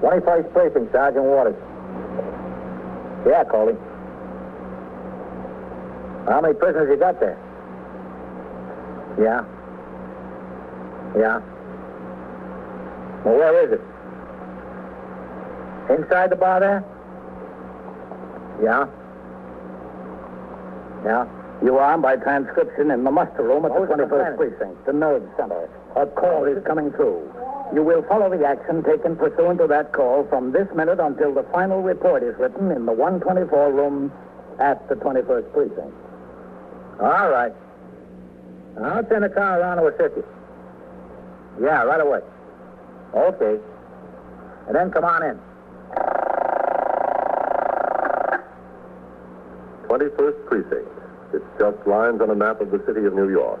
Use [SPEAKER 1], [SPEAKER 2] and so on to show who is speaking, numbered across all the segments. [SPEAKER 1] 21st Precinct, Sergeant Waters. Yeah, Coley. How many prisoners you got there? Yeah. Yeah. Well, where is it? Inside the bar there? Yeah. Yeah. You are by transcription in the muster room at the 21st Precinct, the nerve center. A call is coming through. You will follow the action taken pursuant to that call from this minute until the final report is written in the 124 room at the 21st Precinct. All right. I'll send a car around to assist you. Yeah, right away. Okay. And then come on in.
[SPEAKER 2] 21st Precinct. It's just lines on a map of the city of New York.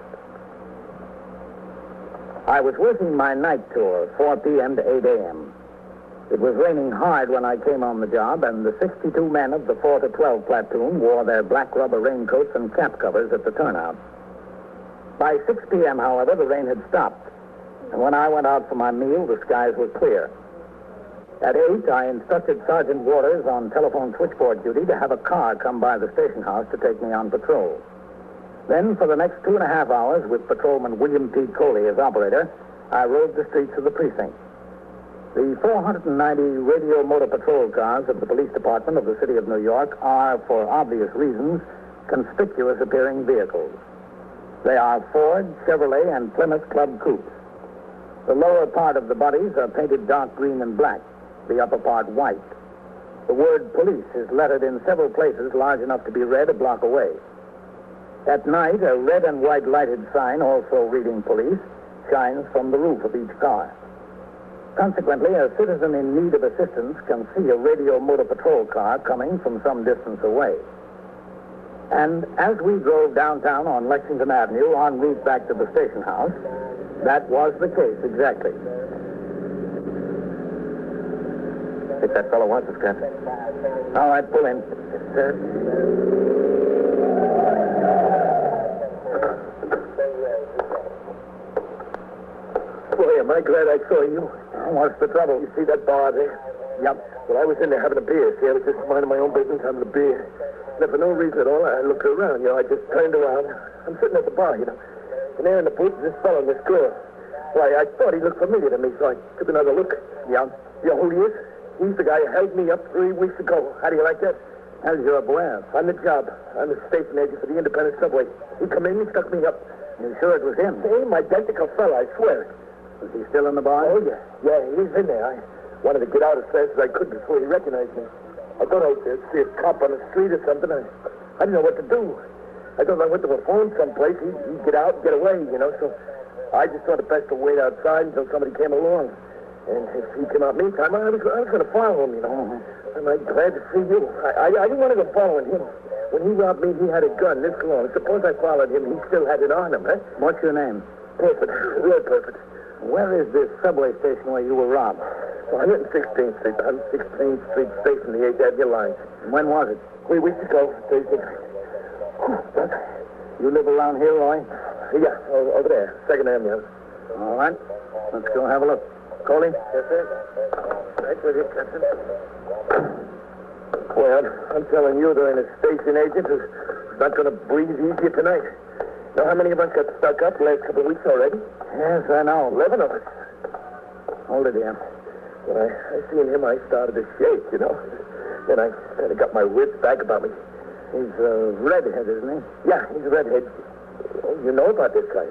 [SPEAKER 1] I was working my night tour, 4 p.m. to 8 a.m. It was raining hard when I came on the job, and the 62 men of the 4 to 12 platoon wore their black rubber raincoats and cap covers at the turnout. By 6 p.m., however, the rain had stopped, and when I went out for my meal, the skies were clear. At 8, I instructed Sergeant Waters on telephone switchboard duty to have a car come by the station house to take me on patrol. Then, for the next two and a half hours, with Patrolman William P. Coley as operator, I rode the streets of the precinct. The 490 radio motor patrol cars of the police department of the city of New York are, for obvious reasons, conspicuous appearing vehicles. They are Ford, Chevrolet, and Plymouth Club coupes. The lower part of the bodies are painted dark green and black, the upper part white. The word police is lettered in several places large enough to be read a block away. At night, a red and white lighted sign, also reading police, shines from the roof of each car. Consequently, a citizen in need of assistance can see a radio motor patrol car coming from some distance away. And as we drove downtown on Lexington Avenue en route back to the station house, that was the case exactly.
[SPEAKER 2] If that fellow wants us, Captain.
[SPEAKER 1] All right, pull in. Sir.
[SPEAKER 2] Boy, am I glad I saw you.
[SPEAKER 1] What's the trouble?
[SPEAKER 2] see that bar there?
[SPEAKER 1] Yep.
[SPEAKER 2] Well, I was in there having a beer. See, I was just minding my own business, having a beer. And for no reason at all, I looked around. You know, I just turned around. I'm sitting at the bar, you know. And there in the booth is this fellow, this girl. Why, I thought he looked familiar to me, so I took another look.
[SPEAKER 1] Yeah.
[SPEAKER 2] You know who he is? He's the guy who held me up three weeks ago. How do you like that?
[SPEAKER 1] How's your abwehr?
[SPEAKER 2] On the job. I'm the station agent for the Independent Subway. He come in and stuck me up.
[SPEAKER 1] You sure it was him?
[SPEAKER 2] Same identical fella, I swear.
[SPEAKER 1] Is he still in the bar?
[SPEAKER 2] Oh, yeah. Yeah, he's in there. I wanted to get out as fast as I could before he recognized me. I thought I'd uh, see a cop on the street or something. I, I didn't know what to do. I thought if I went to a phone someplace, he'd, he'd get out and get away, you know. So I just thought it best to wait outside until somebody came along. And if he came out meantime, I was, I was going to follow him, you know. Am I glad to see you? I, I, I didn't want to go following him. When he robbed me, he had a gun this long. Suppose I followed him, he still had it on him, huh?
[SPEAKER 1] What's your name?
[SPEAKER 2] Perfect. Real perfect.
[SPEAKER 1] Where is this subway station where you were robbed?
[SPEAKER 2] 116th Street, 116th Street Station, the 8th Avenue line.
[SPEAKER 1] When was it?
[SPEAKER 2] Three weeks ago, Thursday night.
[SPEAKER 1] You live around here, Roy?
[SPEAKER 2] Yeah, o- over there, Second Avenue.
[SPEAKER 1] All right. Let's go have a look. Coley?
[SPEAKER 2] Yes, sir. Right with you, Captain. Well, I'm telling you, there ain't a station agent who's not going to breathe easier tonight. Know how many of us got stuck up last couple of weeks already?
[SPEAKER 1] Yes, I know.
[SPEAKER 2] Eleven of us.
[SPEAKER 1] Hold it here.
[SPEAKER 2] When I, I seen him, I started to shake, you know. Then I kind of got my wits back about me.
[SPEAKER 1] He's a redhead, isn't he?
[SPEAKER 2] Yeah, he's a redhead. Oh, You know about this guy.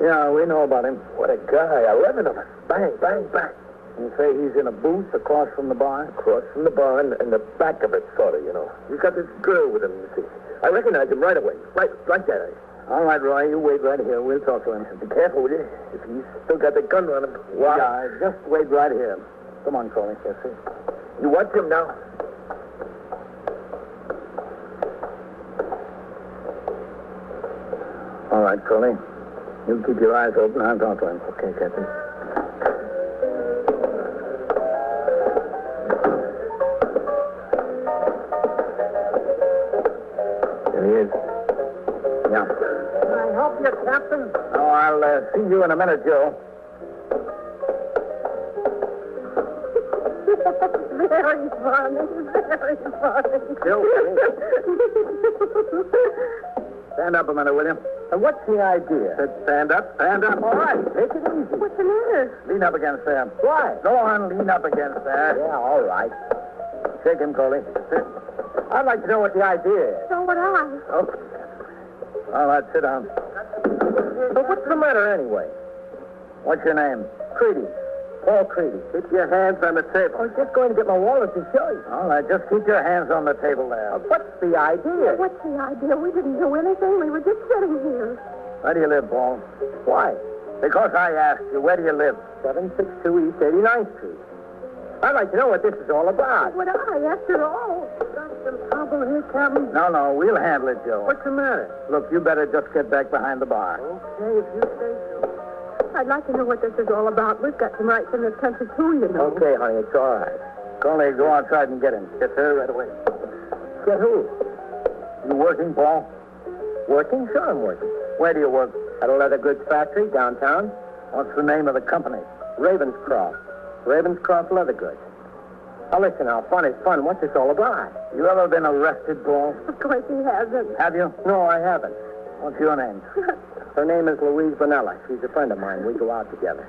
[SPEAKER 1] Yeah, we know about him.
[SPEAKER 2] What a guy. Eleven of us. Bang, bang, bang.
[SPEAKER 1] You say he's in a booth across from the bar?
[SPEAKER 2] Across from the barn and the back of it, sort of, you know. He's got this girl with him, you see. I recognize him right away. Right, like that. I-
[SPEAKER 1] All right, Roy, you wait right here. We'll talk to him.
[SPEAKER 2] Be careful, will you? If he's still got the gun on him. Wow.
[SPEAKER 1] Yeah, just wait right here. Come on, Coley. Yes, sir.
[SPEAKER 2] You watch him now.
[SPEAKER 1] All right, Curly. You keep your eyes open. I'll talk to him.
[SPEAKER 2] Okay, Captain. There he is.
[SPEAKER 1] Yeah. Can I help you, Captain? Oh, I'll uh, see you in a minute, Joe.
[SPEAKER 3] Very funny, very funny.
[SPEAKER 1] Joe, stand up a minute, will you? Uh, what's the idea? stand up, stand up. All right, take it easy.
[SPEAKER 3] What's the matter?
[SPEAKER 1] Lean up against there. Why? Go on, lean up against there. Yeah, all right. Shake him, Coley. I'd like to know what the idea is.
[SPEAKER 3] So would I.
[SPEAKER 1] Okay. Oh. All right, sit down. But what's the matter anyway? What's your name? Creedy. Paul Creedy. Keep your hands on the table. I was just going to get my wallet to show you. All right, just keep your hands on the table there. What's the idea?
[SPEAKER 3] What's the idea? We didn't do anything. We were just sitting here.
[SPEAKER 1] Where do you live, Paul? Why? Because I asked you, where do you live? 762 East 89th Street. I'd like to know what this is all about.
[SPEAKER 3] Would I, after all? Got some trouble here, Captain.
[SPEAKER 1] No, no, we'll handle it, Joe.
[SPEAKER 4] What's the matter?
[SPEAKER 1] Look, you better just get back behind the bar.
[SPEAKER 4] Okay, if you say so.
[SPEAKER 3] I'd like to know what this is all about. We've got some rights in this country, too, you know.
[SPEAKER 1] Okay, honey, it's all right. Conley, go outside and get him. Yes, sir, right away. Get who? You working, Paul? Working? Sure, I'm working. Where do you work? At a leather goods factory downtown. What's the name of the company? Ravenscroft. Ravenscroft Leather Goods. Now, listen, now, fun is fun. What's this all about? You ever been arrested, Paul?
[SPEAKER 3] Of course he hasn't.
[SPEAKER 1] Have you? No, I haven't. What's your name? Her name is Louise Bonella. She's a friend of mine. We go out together.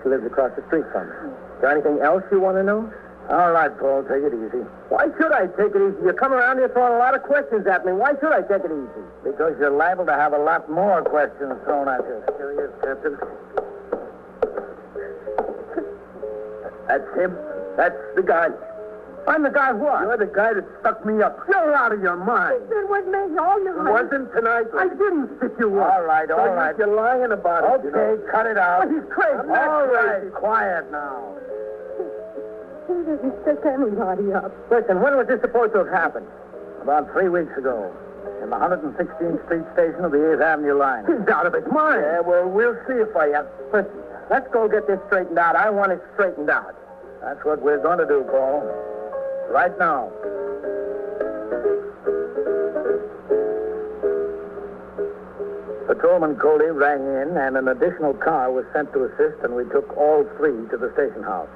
[SPEAKER 1] She lives across the street from me. Is there anything else you want to know? All right, Paul, take it easy. Why should I take it easy? You come around here throwing a lot of questions at me. Why should I take it easy? Because you're liable to have a lot more questions thrown at you.
[SPEAKER 4] Here he is, Captain.
[SPEAKER 1] That's him. That's the guy. I'm the guy what?
[SPEAKER 4] You're the guy that stuck me up. You're out of your mind.
[SPEAKER 3] It was me all
[SPEAKER 4] It
[SPEAKER 3] night.
[SPEAKER 4] wasn't tonight. I didn't stick you up.
[SPEAKER 1] All right, all
[SPEAKER 4] So
[SPEAKER 1] right.
[SPEAKER 4] You're lying about it. you
[SPEAKER 1] Okay,
[SPEAKER 4] know.
[SPEAKER 1] cut it out.
[SPEAKER 4] He's crazy.
[SPEAKER 1] All
[SPEAKER 4] All
[SPEAKER 1] right,
[SPEAKER 4] right.
[SPEAKER 1] quiet now.
[SPEAKER 3] He didn't stick anybody up.
[SPEAKER 1] Listen, when was this supposed to have happened? About three weeks ago, in the 116th Street station of the 8th Avenue line.
[SPEAKER 4] He's out of his mind.
[SPEAKER 1] Yeah, well, we'll see if I am. Listen, let's go get this straightened out. I want it straightened out. That's what we're going to do, Paul. Right now. Patrolman Coley rang in, and an additional car was sent to assist, and we took all three to the station house.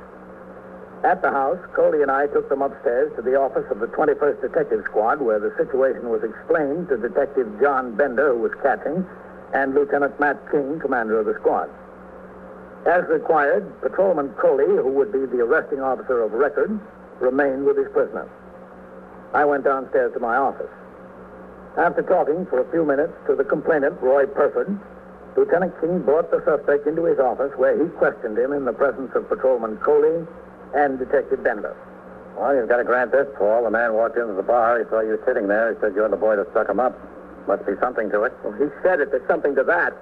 [SPEAKER 1] At the house, Coley and I took them upstairs to the office of the 21st Detective Squad, where the situation was explained to Detective John Bender, who was catching, and Lieutenant Matt King, commander of the squad. As required, Patrolman Coley, who would be the arresting officer of record, remained with his prisoner. I went downstairs to my office. After talking for a few minutes to the complainant, Roy Perford, Lieutenant King brought the suspect into his office where he questioned him in the presence of Patrolman Coley and Detective Bender.
[SPEAKER 5] Well, you've got to grant this, Paul. The man walked into the bar. He saw you sitting there. He said you're the boy that stuck him up. Must be something to it.
[SPEAKER 1] Well, he said it. There's something to that.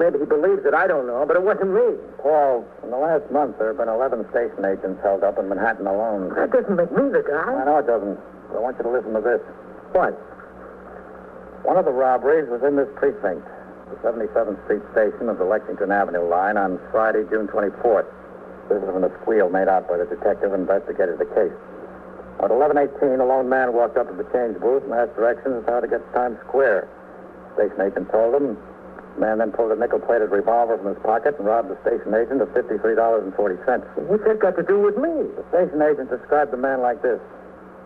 [SPEAKER 1] Maybe he believes it. I don't know, but it wasn't me.
[SPEAKER 5] Paul, in the last month, there have been 11 station agents held up in Manhattan alone.
[SPEAKER 1] That doesn't make me the guy.
[SPEAKER 5] I know it doesn't, but I want you to listen to this.
[SPEAKER 1] What?
[SPEAKER 5] One of the robberies was in this precinct, the 77th Street station of the Lexington Avenue line on Friday, June 24th. This is when the squeal made out by the detective investigated the case. At 11.18, a lone man walked up to the change booth and asked directions how to get to Times Square. Station agent told him. The man then pulled a nickel-plated revolver from his pocket and robbed the station agent of $53.40.
[SPEAKER 1] What's that got to do with me?
[SPEAKER 5] The station agent described the man like this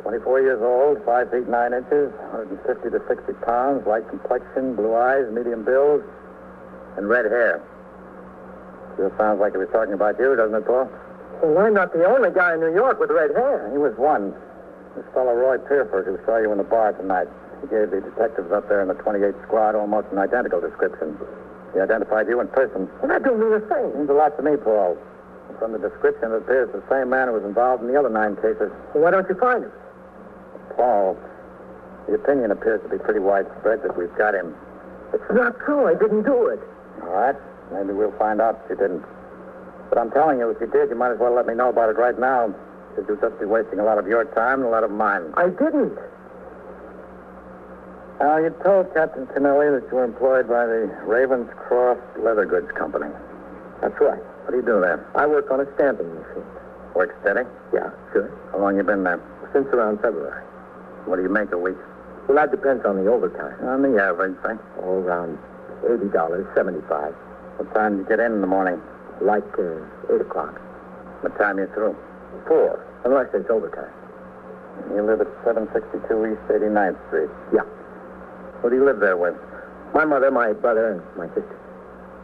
[SPEAKER 5] 24 years old, 5 feet 9 inches, 150 to 60 pounds, light complexion, blue eyes, medium build, and red hair. Sure sounds like he was talking about you, doesn't it, Paul?
[SPEAKER 1] Well, I'm not the only guy in New York with red hair.
[SPEAKER 5] He was one. This fellow Roy Pierford, who saw you in the bar tonight, he gave the detectives up there in the 28th squad almost an identical description. He identified you in person.
[SPEAKER 1] Well, that don't mean a thing.
[SPEAKER 5] Means a lot to me, Paul. From the description, it appears the same man who was involved in the other nine cases.
[SPEAKER 1] Well, why don't you find him?
[SPEAKER 5] Paul, the opinion appears to be pretty widespread that we've got him.
[SPEAKER 1] It's not true. I didn't do it.
[SPEAKER 5] All right? Maybe we'll find out if you didn't. But I'm telling you, if you did, you might as well let me know about it right now, because you'll just be wasting a lot of your time and a lot of mine.
[SPEAKER 1] I didn't.
[SPEAKER 5] Now, Uh, you told Captain Kennelly that you were employed by the Ravens Cross Leather Goods Company.
[SPEAKER 2] That's right.
[SPEAKER 5] What do you do there?
[SPEAKER 2] I work on a stamping machine.
[SPEAKER 5] Work steady?
[SPEAKER 2] Yeah, sure.
[SPEAKER 5] How long you been there?
[SPEAKER 2] Since around February.
[SPEAKER 5] What do you make a week?
[SPEAKER 2] Well, that depends on the overtime.
[SPEAKER 5] On the average, eh? say.
[SPEAKER 2] All around eighty dollars, seventy-five,
[SPEAKER 5] What time do you get in in the morning?
[SPEAKER 2] like uh, eight o'clock.
[SPEAKER 5] What time you through?
[SPEAKER 2] Four, unless it's overtime.
[SPEAKER 5] You live at 762 East 89th Street.
[SPEAKER 2] Yeah.
[SPEAKER 5] Who do you live there with?
[SPEAKER 2] My mother, my brother, and my sister.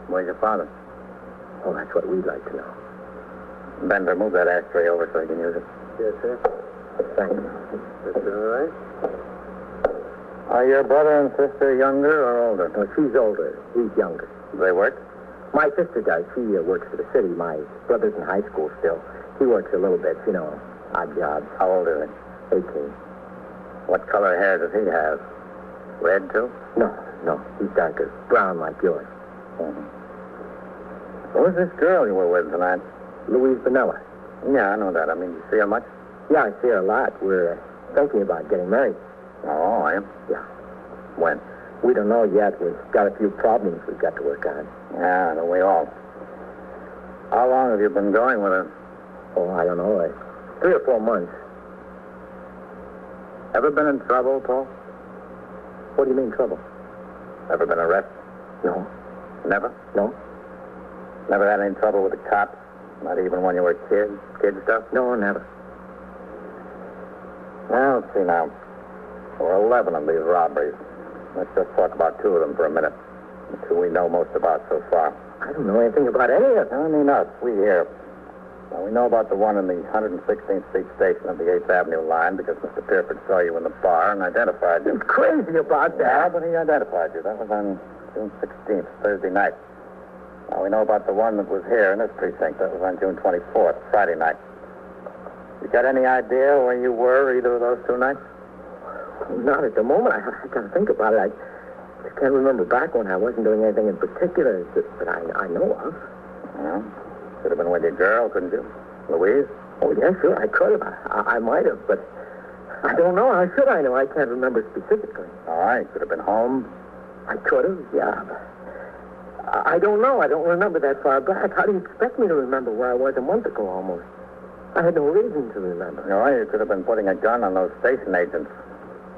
[SPEAKER 5] Where's your father?
[SPEAKER 2] Oh, that's what we'd like to know.
[SPEAKER 5] Bender, move that ashtray over so I can use it.
[SPEAKER 2] Yes, sir. Thank you.
[SPEAKER 4] That's all right.
[SPEAKER 5] Are your brother and sister younger or older?
[SPEAKER 2] No, she's older. He's younger.
[SPEAKER 5] Do they work?
[SPEAKER 2] My sister does. She uh, works for the city. My brother's in high school still. He works a little bit, you know, odd jobs.
[SPEAKER 5] How old is he?
[SPEAKER 2] 18.
[SPEAKER 5] What color hair does he have? Red, too?
[SPEAKER 2] No, no, he's darker. Brown like yours.
[SPEAKER 5] Who's this girl you were with tonight?
[SPEAKER 2] Louise Vanilla.
[SPEAKER 5] Yeah, I know that. I mean, you see her much?
[SPEAKER 2] Yeah, I see her a lot. We're uh, thinking about getting married.
[SPEAKER 5] Oh, I am.
[SPEAKER 2] Yeah.
[SPEAKER 5] When?
[SPEAKER 2] We don't know yet. We've got a few problems we've got to work on.
[SPEAKER 5] Yeah, don't we all? How long have you been going with her?
[SPEAKER 2] Oh, I don't know. Uh, three or four months.
[SPEAKER 5] Ever been in trouble, Paul?
[SPEAKER 2] What do you mean trouble?
[SPEAKER 5] Ever been arrested?
[SPEAKER 2] No,
[SPEAKER 5] Never?
[SPEAKER 2] no,
[SPEAKER 5] Never had any trouble with the cops? Not even when you were a kid? Kid stuff?
[SPEAKER 2] no, never.
[SPEAKER 5] Well, let's see now. There were 11 of these robberies. Let's just talk about two of them for a minute. The two we know most about so far.
[SPEAKER 2] I don't know anything about any of them.
[SPEAKER 5] I mean us, we here. Now, we know about the one in the 116th Street station of the 8th Avenue line because Mr. Pierford saw you in the bar and identified you.
[SPEAKER 2] He's crazy about
[SPEAKER 5] Yeah,
[SPEAKER 2] that.
[SPEAKER 5] but he identified you. That was on June 16th, Thursday night. Now, we know about the one that was here in this precinct. That was on June 24th, Friday night. You got any idea where you were either of those two nights?
[SPEAKER 2] Not at the moment. I, I gotta think about it. I, I can't remember back when I wasn't doing anything in particular that, that I, I know of.
[SPEAKER 5] Yeah. Could have been with your girl, couldn't you? Louise?
[SPEAKER 2] Oh, yeah, sure, I could have. I, I might have, but I don't know. How should I know? I can't remember specifically.
[SPEAKER 5] All right. Could have been home.
[SPEAKER 2] I could have, yeah. But I, I don't know. I don't remember that far back. How do you expect me to remember where I was a month ago almost? I had no reason to remember.
[SPEAKER 5] All right. You could have been putting a gun on those station agents.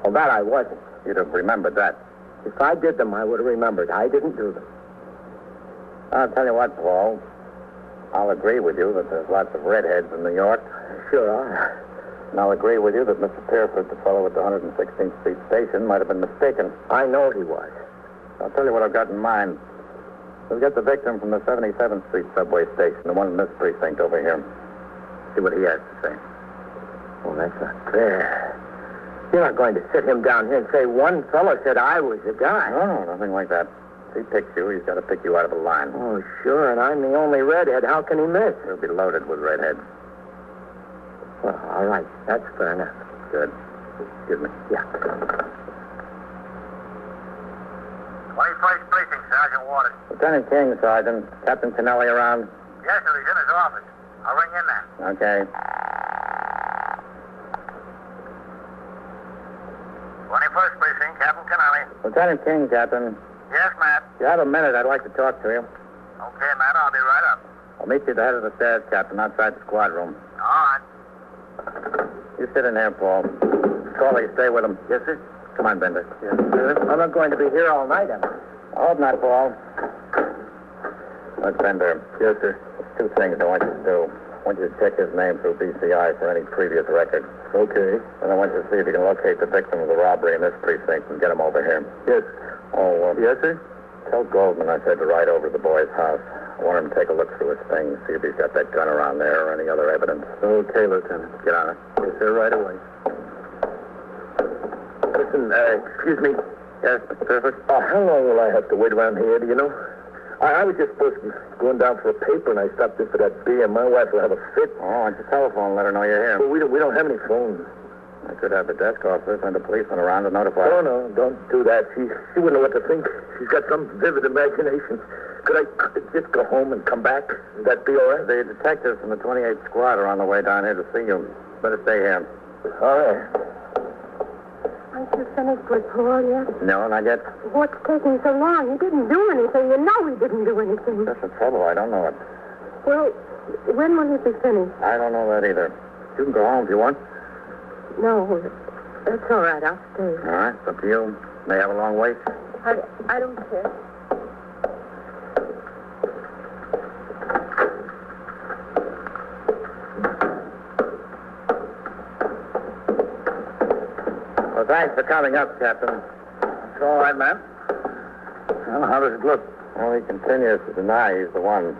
[SPEAKER 2] Well, that I wasn't.
[SPEAKER 5] You'd have remembered that.
[SPEAKER 2] If I did them, I would have remembered. I didn't do them.
[SPEAKER 5] I'll tell you what, Paul. I'll agree with you that there's lots of redheads in New York.
[SPEAKER 2] Sure, all right.
[SPEAKER 5] And I'll agree with you that Mr. Pierford, the fellow at the 116th Street station, might have been mistaken.
[SPEAKER 2] I know he was.
[SPEAKER 5] I'll tell you what I've got in mind. We've got the victim from the 77th Street subway station, the one in this precinct over here. See what he has to say.
[SPEAKER 2] Well, Oh, that's not fair. You're not going to sit him down here and say one fellow said I was the guy.
[SPEAKER 5] No, no, Oh, nothing like that. If he picks you, he's got to pick you out of a line.
[SPEAKER 2] Oh, sure, and I'm the only redhead. How can he miss?
[SPEAKER 5] He'll be loaded with redheads.
[SPEAKER 2] Well, all right, that's fair enough.
[SPEAKER 5] Good. Excuse me.
[SPEAKER 2] Yeah.
[SPEAKER 6] 21st Precinct, Sergeant Waters.
[SPEAKER 5] Lieutenant King, Sergeant. Captain Kennelly around?
[SPEAKER 6] Yes, sir, he's in his office. I'll ring in there.
[SPEAKER 5] Okay.
[SPEAKER 6] 21st Precinct, Captain Canale.
[SPEAKER 5] Lieutenant King, Captain.
[SPEAKER 6] Yes, Matt.
[SPEAKER 5] If you have a minute, I'd like to talk to you.
[SPEAKER 6] Okay, Matt, I'll be right up.
[SPEAKER 5] I'll meet you at the head of the stairs, Captain, outside the squad room.
[SPEAKER 6] All right.
[SPEAKER 5] You sit in there, Paul. Corley, stay with him. Yes, sir. Come on, Bender. Yes, sir.
[SPEAKER 2] I'm not going to be here all night, am I?
[SPEAKER 5] I hope not, Paul. Look, Bender. Yes, sir. There's two things I want you to do. I want you to check his name through BCI for any previous record.
[SPEAKER 2] Okay.
[SPEAKER 5] And I want you to see if you can locate the victim of the robbery in this precinct and get him over here.
[SPEAKER 2] Yes.
[SPEAKER 5] Oh, uh,
[SPEAKER 2] Yes, sir?
[SPEAKER 5] tell Goldman I said to ride over to the boy's house. I want him to take a look through his things, see if he's got that gun around there or any other evidence.
[SPEAKER 2] Okay, Lieutenant.
[SPEAKER 5] Get on it.
[SPEAKER 2] Yes, sir, right away. Listen, uh, excuse me.
[SPEAKER 5] Yes, Mr. Perfect.
[SPEAKER 2] Uh, how long will I have to wait around here, do you know? I, I was just supposed to be going down for a paper, and I stopped in for that beer. My wife will have a fit.
[SPEAKER 5] Oh, why don't you telephone and let her know you're here?
[SPEAKER 2] Well, we, don't, we don't have any phones.
[SPEAKER 5] I could have the desk officer send a policeman around to notify
[SPEAKER 2] No, no, don't do that. She, she wouldn't know what to think. She's got some vivid imagination. Could I just go home and come back? Would that be all right?
[SPEAKER 5] The detectives from the 28th squad are on the way down here to see you. Better stay here.
[SPEAKER 2] All right.
[SPEAKER 3] I just finished with Paul yet?
[SPEAKER 5] No, not yet.
[SPEAKER 3] What's taking so long? He didn't do anything. You know he didn't do anything.
[SPEAKER 5] That's the trouble. I don't know it.
[SPEAKER 3] Well, when will you be finished?
[SPEAKER 5] I don't know that either. You can go home if you want.
[SPEAKER 3] No, that's all right. I'll stay.
[SPEAKER 5] All right, it's up to you. May have a long wait.
[SPEAKER 3] I, I don't care.
[SPEAKER 5] Well, thanks for coming up, Captain.
[SPEAKER 1] It's all right, Matt. Well, how does it look?
[SPEAKER 5] Well, he continues to deny he's the one.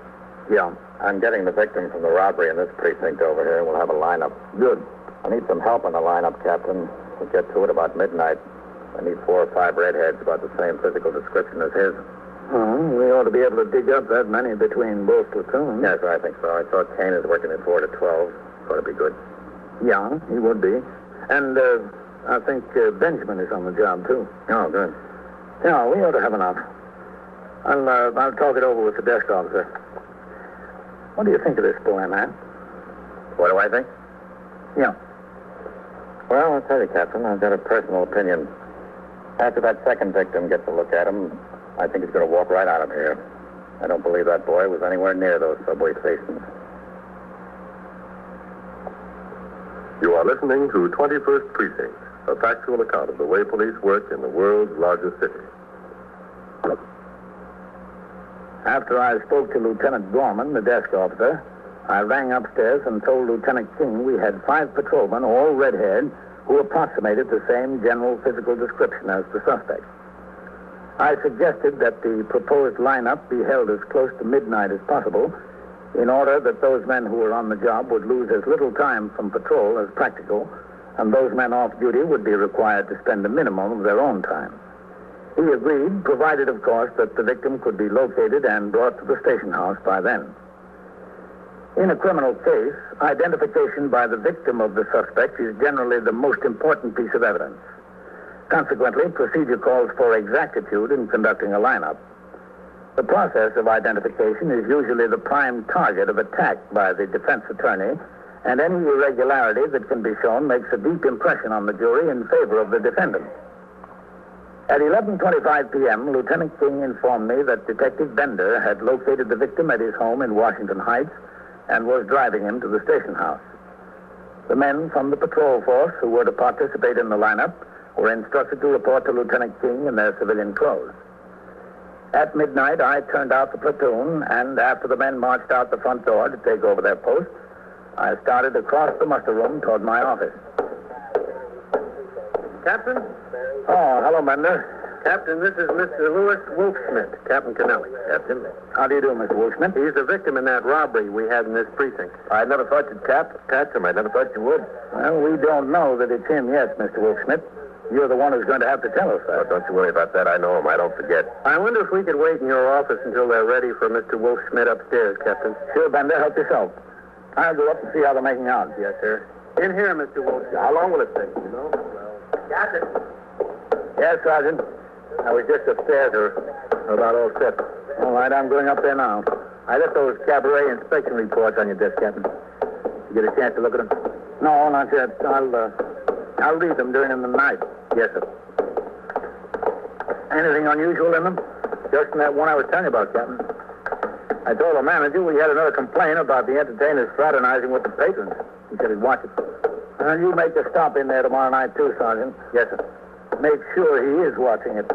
[SPEAKER 1] Yeah.
[SPEAKER 5] I'm getting the victim from the robbery in this precinct over here. We'll have a lineup.
[SPEAKER 1] Good.
[SPEAKER 5] I need some help on the lineup, Captain. We'll get to it about midnight. I need four or five redheads about the same physical description as his.
[SPEAKER 1] Well, we ought to be able to dig up that many between both platoons.
[SPEAKER 5] Yes, I think so. I saw Kane is working at 4 to 12. Thought it'd be good.
[SPEAKER 1] Yeah, he would be. And uh, I think uh, Benjamin is on the job, too.
[SPEAKER 5] Oh, good.
[SPEAKER 1] Yeah, we ought to have enough. I'll, uh, I'll talk it over with the desk officer. What do you think of this plan, Matt?
[SPEAKER 5] What do I think?
[SPEAKER 1] Yeah.
[SPEAKER 5] Well, I'll tell you, Captain, I've got a personal opinion. After that second victim gets a look at him, I think he's going to walk right out of here. I don't believe that boy was anywhere near those subway stations.
[SPEAKER 7] You are listening to 21st Precinct, a factual account of the way police work in the world's largest city.
[SPEAKER 1] After I spoke to Lieutenant Gorman, the desk officer, I rang upstairs and told Lieutenant King we had five patrolmen, all red-haired, who approximated the same general physical description as the suspect. I suggested that the proposed lineup be held as close to midnight as possible in order that those men who were on the job would lose as little time from patrol as practical, and those men off duty would be required to spend a minimum of their own time. He agreed, provided, of course, that the victim could be located and brought to the station house by then. In a criminal case, identification by the victim of the suspect is generally the most important piece of evidence. Consequently, procedure calls for exactitude in conducting a lineup. The process of identification is usually the prime target of attack by the defense attorney, and any irregularity that can be shown makes a deep impression on the jury in favor of the defendant. At 11:25 p.m., Lieutenant King informed me that Detective Bender had located the victim at his home in Washington Heights and was driving him to the station house. The men from the patrol force who were to participate in the lineup were instructed to report to Lieutenant King in their civilian clothes. At midnight, I turned out the platoon, and after the men marched out the front door to take over their posts, I started across the muster room toward my office.
[SPEAKER 5] Captain?
[SPEAKER 1] Oh, hello, Bender.
[SPEAKER 5] Captain, this is Mr. Lewis Wolfsmith, Captain Kennelly. Captain,
[SPEAKER 1] How do you do, Mr. Wolfsmith?
[SPEAKER 5] he's the victim in that robbery we had in this precinct.
[SPEAKER 2] I never thought you'd cap, catch him. I never thought you would.
[SPEAKER 1] Well, we don't know that it's him yet, Mr. Wolfsmith. You're the one who's going to have to tell us that.
[SPEAKER 2] But don't you worry about that. I know him. I don't forget.
[SPEAKER 5] I wonder if we could wait in your office until they're ready for Mr. Wolfsmith upstairs, Captain.
[SPEAKER 1] Sure, Bender, help yourself. I'll go up and see how they're making out.
[SPEAKER 5] Yes, sir. In here, Mr. Wolfsmith.
[SPEAKER 2] How long will it take? You know.
[SPEAKER 1] Yes, Sergeant.
[SPEAKER 2] I was just upstairs, or about all set.
[SPEAKER 1] All right, I'm going up there now.
[SPEAKER 2] I left those cabaret inspection reports on your desk, Captain. You get a chance to look at them?
[SPEAKER 1] No, not yet. I'll, uh, I'll leave them during the night.
[SPEAKER 2] Yes, sir.
[SPEAKER 1] Anything unusual in them?
[SPEAKER 2] Just in that one I was telling you about, Captain. I told the manager we had another complaint about the entertainers fraternizing with the patrons. He said he'd watch it.
[SPEAKER 1] Well, Uh, you make a stop in there tomorrow night, too, Sergeant.
[SPEAKER 2] Yes, sir.
[SPEAKER 1] Make sure he is watching it.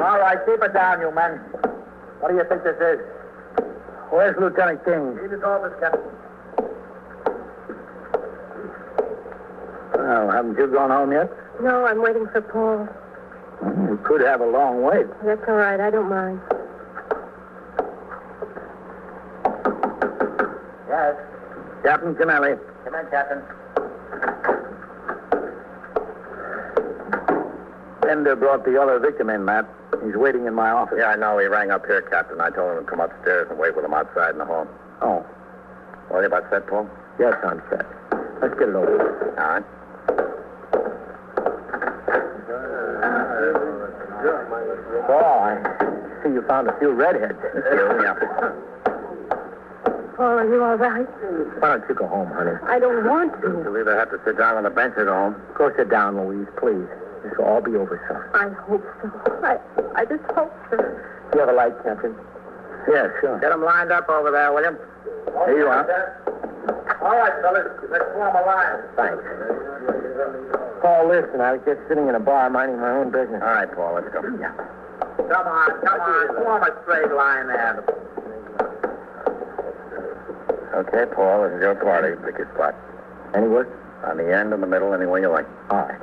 [SPEAKER 2] All right, keep it down, you men. What do you think this is?
[SPEAKER 1] Where's Lieutenant King?
[SPEAKER 2] In his office, Captain.
[SPEAKER 1] Well, haven't you gone home yet?
[SPEAKER 3] No, I'm waiting for Paul.
[SPEAKER 1] Well, You could have a long wait.
[SPEAKER 3] That's all right. I don't mind.
[SPEAKER 2] Yes.
[SPEAKER 1] Captain Canelli.
[SPEAKER 2] Come in, Captain.
[SPEAKER 1] Bender brought the other victim in, Matt. He's waiting in my office.
[SPEAKER 5] Yeah, I know. He rang up here, Captain. I told him to come upstairs and wait with him outside in the hall.
[SPEAKER 1] Oh,
[SPEAKER 5] What are you about set, Paul?
[SPEAKER 1] yes, I'm set. Let's get it over. with.
[SPEAKER 5] All right.
[SPEAKER 1] Paul, I see you found a few redheads.
[SPEAKER 5] You, yeah.
[SPEAKER 3] Paul, are you all right?
[SPEAKER 1] Why don't you go home, honey?
[SPEAKER 3] I don't want to.
[SPEAKER 5] You'll either have to sit down on the bench or go home.
[SPEAKER 1] Go sit down, Louise, please. This will all be over soon.
[SPEAKER 3] I hope so. I, I just hope so.
[SPEAKER 1] You have a light, Captain? Yeah, sure.
[SPEAKER 5] Get them lined up over there, William. Here you are.
[SPEAKER 2] All right, fellas, let's form a line.
[SPEAKER 1] Thanks. Paul, listen, I was just sitting in a bar minding my own business.
[SPEAKER 5] All right, Paul, let's go. Yeah.
[SPEAKER 6] Come on, come on. Form a straight line there.
[SPEAKER 5] Okay, Paul, this is your party. Pick your spot.
[SPEAKER 1] Any work?
[SPEAKER 5] On the end, in the middle, any way you like.
[SPEAKER 1] All right.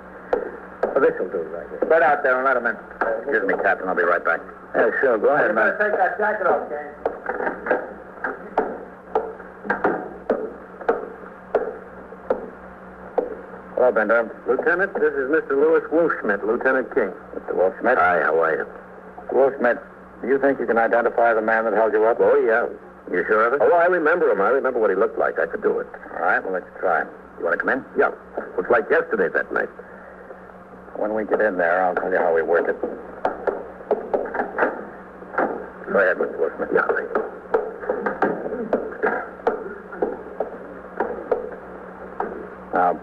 [SPEAKER 1] Well, this will do right here.
[SPEAKER 6] Spread out there and let 'em in.
[SPEAKER 5] Excuse me, Captain. I'll be right back.
[SPEAKER 1] Yeah, sure. Go ahead, man.
[SPEAKER 2] better take that jacket off, gang.
[SPEAKER 5] Hello, Bender.
[SPEAKER 7] Lieutenant, this is Mr. Lewis Wolfschmidt, Lieutenant King.
[SPEAKER 5] Mr. Will Smith.
[SPEAKER 7] Hi, how are you?
[SPEAKER 5] Will Smith, do you think you can identify the man that held you up?
[SPEAKER 7] Oh, yeah.
[SPEAKER 5] You sure of it?
[SPEAKER 7] Oh, I remember him. I remember what he looked like. I could do it.
[SPEAKER 5] All right, well, let's try. You want to come in?
[SPEAKER 7] Yeah. Looks like yesterday that night.
[SPEAKER 5] When we get in there, I'll tell you how we work it. Go ahead, Mr. Wilson.
[SPEAKER 7] Yeah, thank you.
[SPEAKER 5] Now,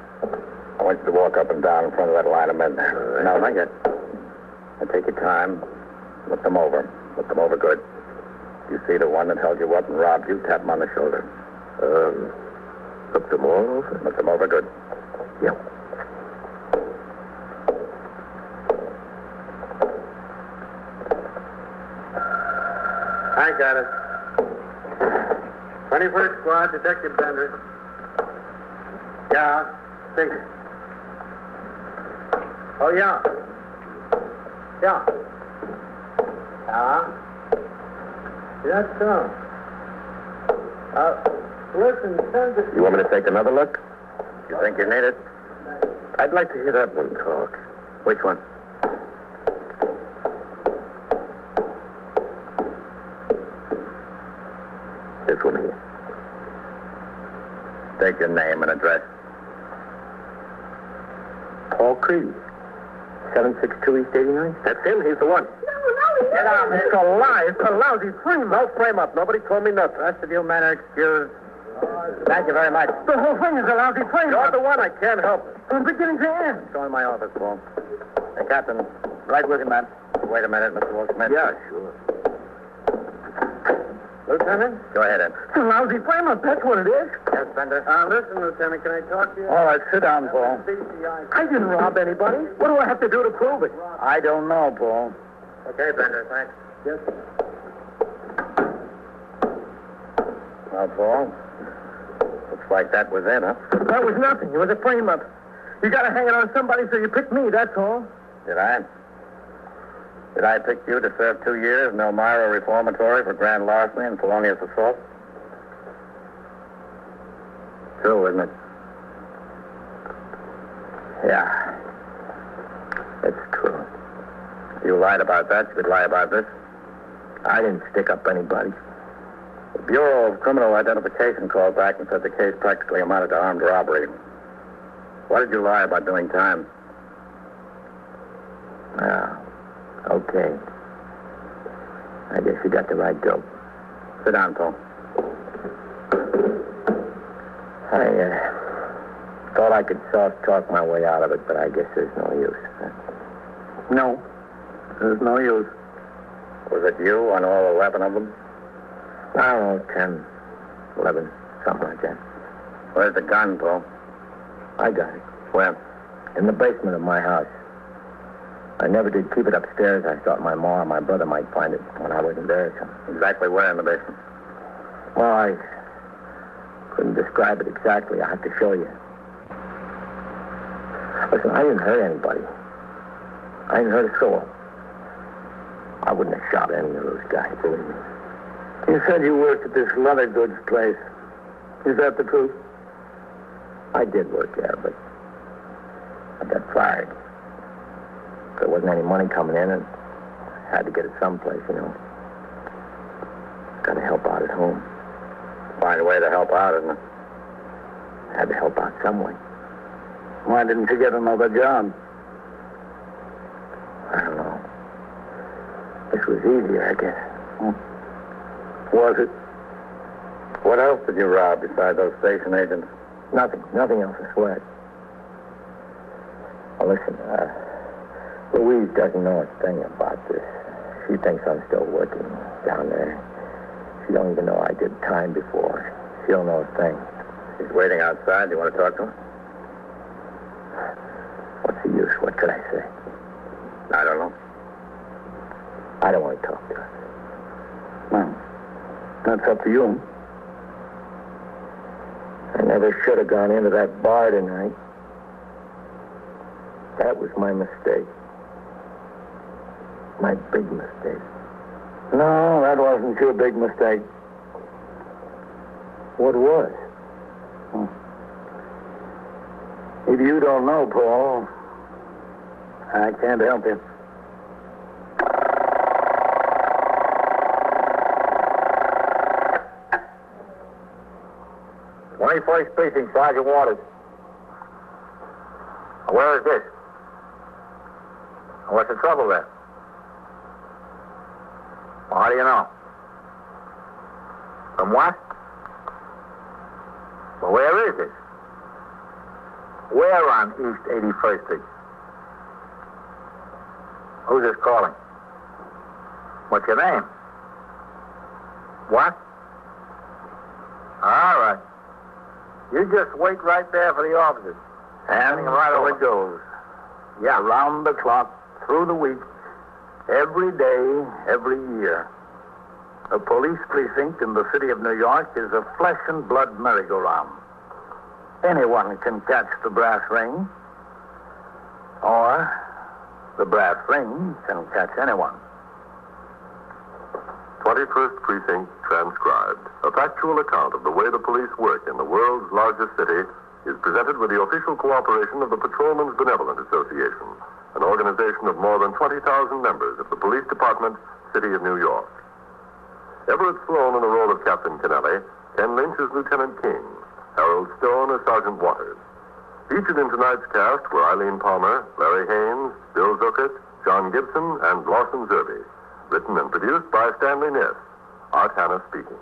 [SPEAKER 5] I want you to walk up and down in front of that line of men there. Now, I get. Now, take your time. Look them over. Look them over good. You see the one that held you up and robbed you, tap him on the shoulder.
[SPEAKER 7] Um, up tomorrow?
[SPEAKER 5] Look them over good.
[SPEAKER 7] Yeah.
[SPEAKER 6] I got it. 21st Squad, Detective Bender. Yeah, think. Oh, yeah. Yeah. Yeah? Yes, sir. Uh, listen, send it.
[SPEAKER 7] You want me to take another look?
[SPEAKER 5] You think you need it?
[SPEAKER 7] I'd like to hear that one talk.
[SPEAKER 5] Which one?
[SPEAKER 7] This one here.
[SPEAKER 5] Take your name and address.
[SPEAKER 7] Paul Creed. 762 East 89? That's him. He's the one.
[SPEAKER 5] Get out, man. It's a lie. It's a lousy frame. No frame up. Nobody told me nothing. Rest of you men are excused. Thank you very much.
[SPEAKER 4] The whole thing is a lousy place.
[SPEAKER 5] You're the one. I can't help it.
[SPEAKER 4] From beginning to end.
[SPEAKER 5] Go in my office, Paul. Hey, Captain, right with you, man. Wait a minute, Mr. Wolfsmith.
[SPEAKER 7] Yeah, sure.
[SPEAKER 6] Lieutenant?
[SPEAKER 5] Go ahead, Ed.
[SPEAKER 4] It's a lousy frame up. That's what it is.
[SPEAKER 5] Yes, Bender.
[SPEAKER 6] Uh, listen, Lieutenant, can I talk to you?
[SPEAKER 5] All right, sit down, Paul.
[SPEAKER 6] CCI.
[SPEAKER 4] I didn't rob anybody. What do I have to do to prove it?
[SPEAKER 5] I don't know, Paul.
[SPEAKER 6] Okay, Bender, thanks. Yes, sir.
[SPEAKER 5] Well, Paul, looks like that was it, huh?
[SPEAKER 4] That was nothing. It was a frame up. You got to hang it on somebody, so you picked me. That's all.
[SPEAKER 5] Did I? Did I pick you to serve two years in Elmira Reformatory for grand larceny and felonious assault? True, isn't it? Yeah.
[SPEAKER 1] That's true.
[SPEAKER 5] You lied about that. You could lie about this.
[SPEAKER 1] I didn't stick up anybody.
[SPEAKER 5] The Bureau of Criminal Identification called back and said the case practically amounted to armed robbery. Why did you lie about doing time?
[SPEAKER 1] Yeah. Ah, Okay. I guess you got the right dope.
[SPEAKER 5] Sit down, Paul.
[SPEAKER 1] I uh, thought I could soft talk my way out of it, but I guess there's no use.
[SPEAKER 4] No.
[SPEAKER 1] There's no use.
[SPEAKER 5] Was it you on all 11 of them?
[SPEAKER 1] I don't know, 10, 11, something like that.
[SPEAKER 5] Where's the gun, Paul?
[SPEAKER 1] I got it.
[SPEAKER 5] Where?
[SPEAKER 1] In the basement of my house. I never did keep it upstairs. I thought my ma and my brother might find it when I wasn't there or something.
[SPEAKER 5] Exactly where in the basement?
[SPEAKER 1] Well, I couldn't describe it exactly. I have to show you. Listen, I didn't hurt anybody. I didn't hurt a soul. I wouldn't have shot any of those guys, believe me.
[SPEAKER 2] You said you worked at this leather goods place. Is that the truth?
[SPEAKER 1] I did work there, but I got fired. There wasn't any money coming in, and I had to get it someplace, you know. Got to help out at home.
[SPEAKER 5] Find a way to help out, isn't it?
[SPEAKER 1] Had to help out some way.
[SPEAKER 2] Why didn't you get another job?
[SPEAKER 1] I don't know. This was easier, I guess.
[SPEAKER 2] Was it?
[SPEAKER 5] What else did you rob besides those station agents?
[SPEAKER 2] Nothing. Nothing else, I swear. it. Now, listen, uh, Louise doesn't know a thing about this. She thinks I'm still working down there. She don't even know I did time before. She don't know a thing.
[SPEAKER 5] He's waiting outside. You want to talk to him?
[SPEAKER 2] What's the use? What could I say?
[SPEAKER 5] I don't know.
[SPEAKER 2] I don't want to talk to her.
[SPEAKER 1] Well, that's up to you.
[SPEAKER 2] I never should have gone into that bar tonight. That was my mistake. My big mistake.
[SPEAKER 1] No, that wasn't your big mistake.
[SPEAKER 2] What was?
[SPEAKER 1] If you don't know, Paul, I can't help you.
[SPEAKER 5] Twenty-first precinct, Sergeant Waters. Where is this? What's the trouble there? Well, how do you know? From what? Well, where is this? Where on East 81st Street? Who's this calling? What's your name? What? All right. You just wait right there for the officers.
[SPEAKER 1] And
[SPEAKER 5] right
[SPEAKER 1] so
[SPEAKER 5] over.
[SPEAKER 1] it goes. Yeah, round the clock, through the week, every day, every year. A police precinct in the city of New York is a flesh and blood merry-go-round. Anyone can catch the brass ring, or the brass ring can catch anyone.
[SPEAKER 7] 21st Precinct transcribed. A factual account of the way the police work in the world's largest city is presented with the official cooperation of the Patrolmen's Benevolent Association, an organization of more than 20,000 members of the Police Department, City of New York. Everett Sloan in the role of Captain Kennelly, Ken Lynch as Lieutenant King, Harold Stone as Sergeant Waters. Featured in tonight's cast were Eileen Palmer, Larry Haynes, Bill Zuckert, John Gibson, and Lawson Zerby. Written and produced by Stanley Niss. Art Hannah speaking.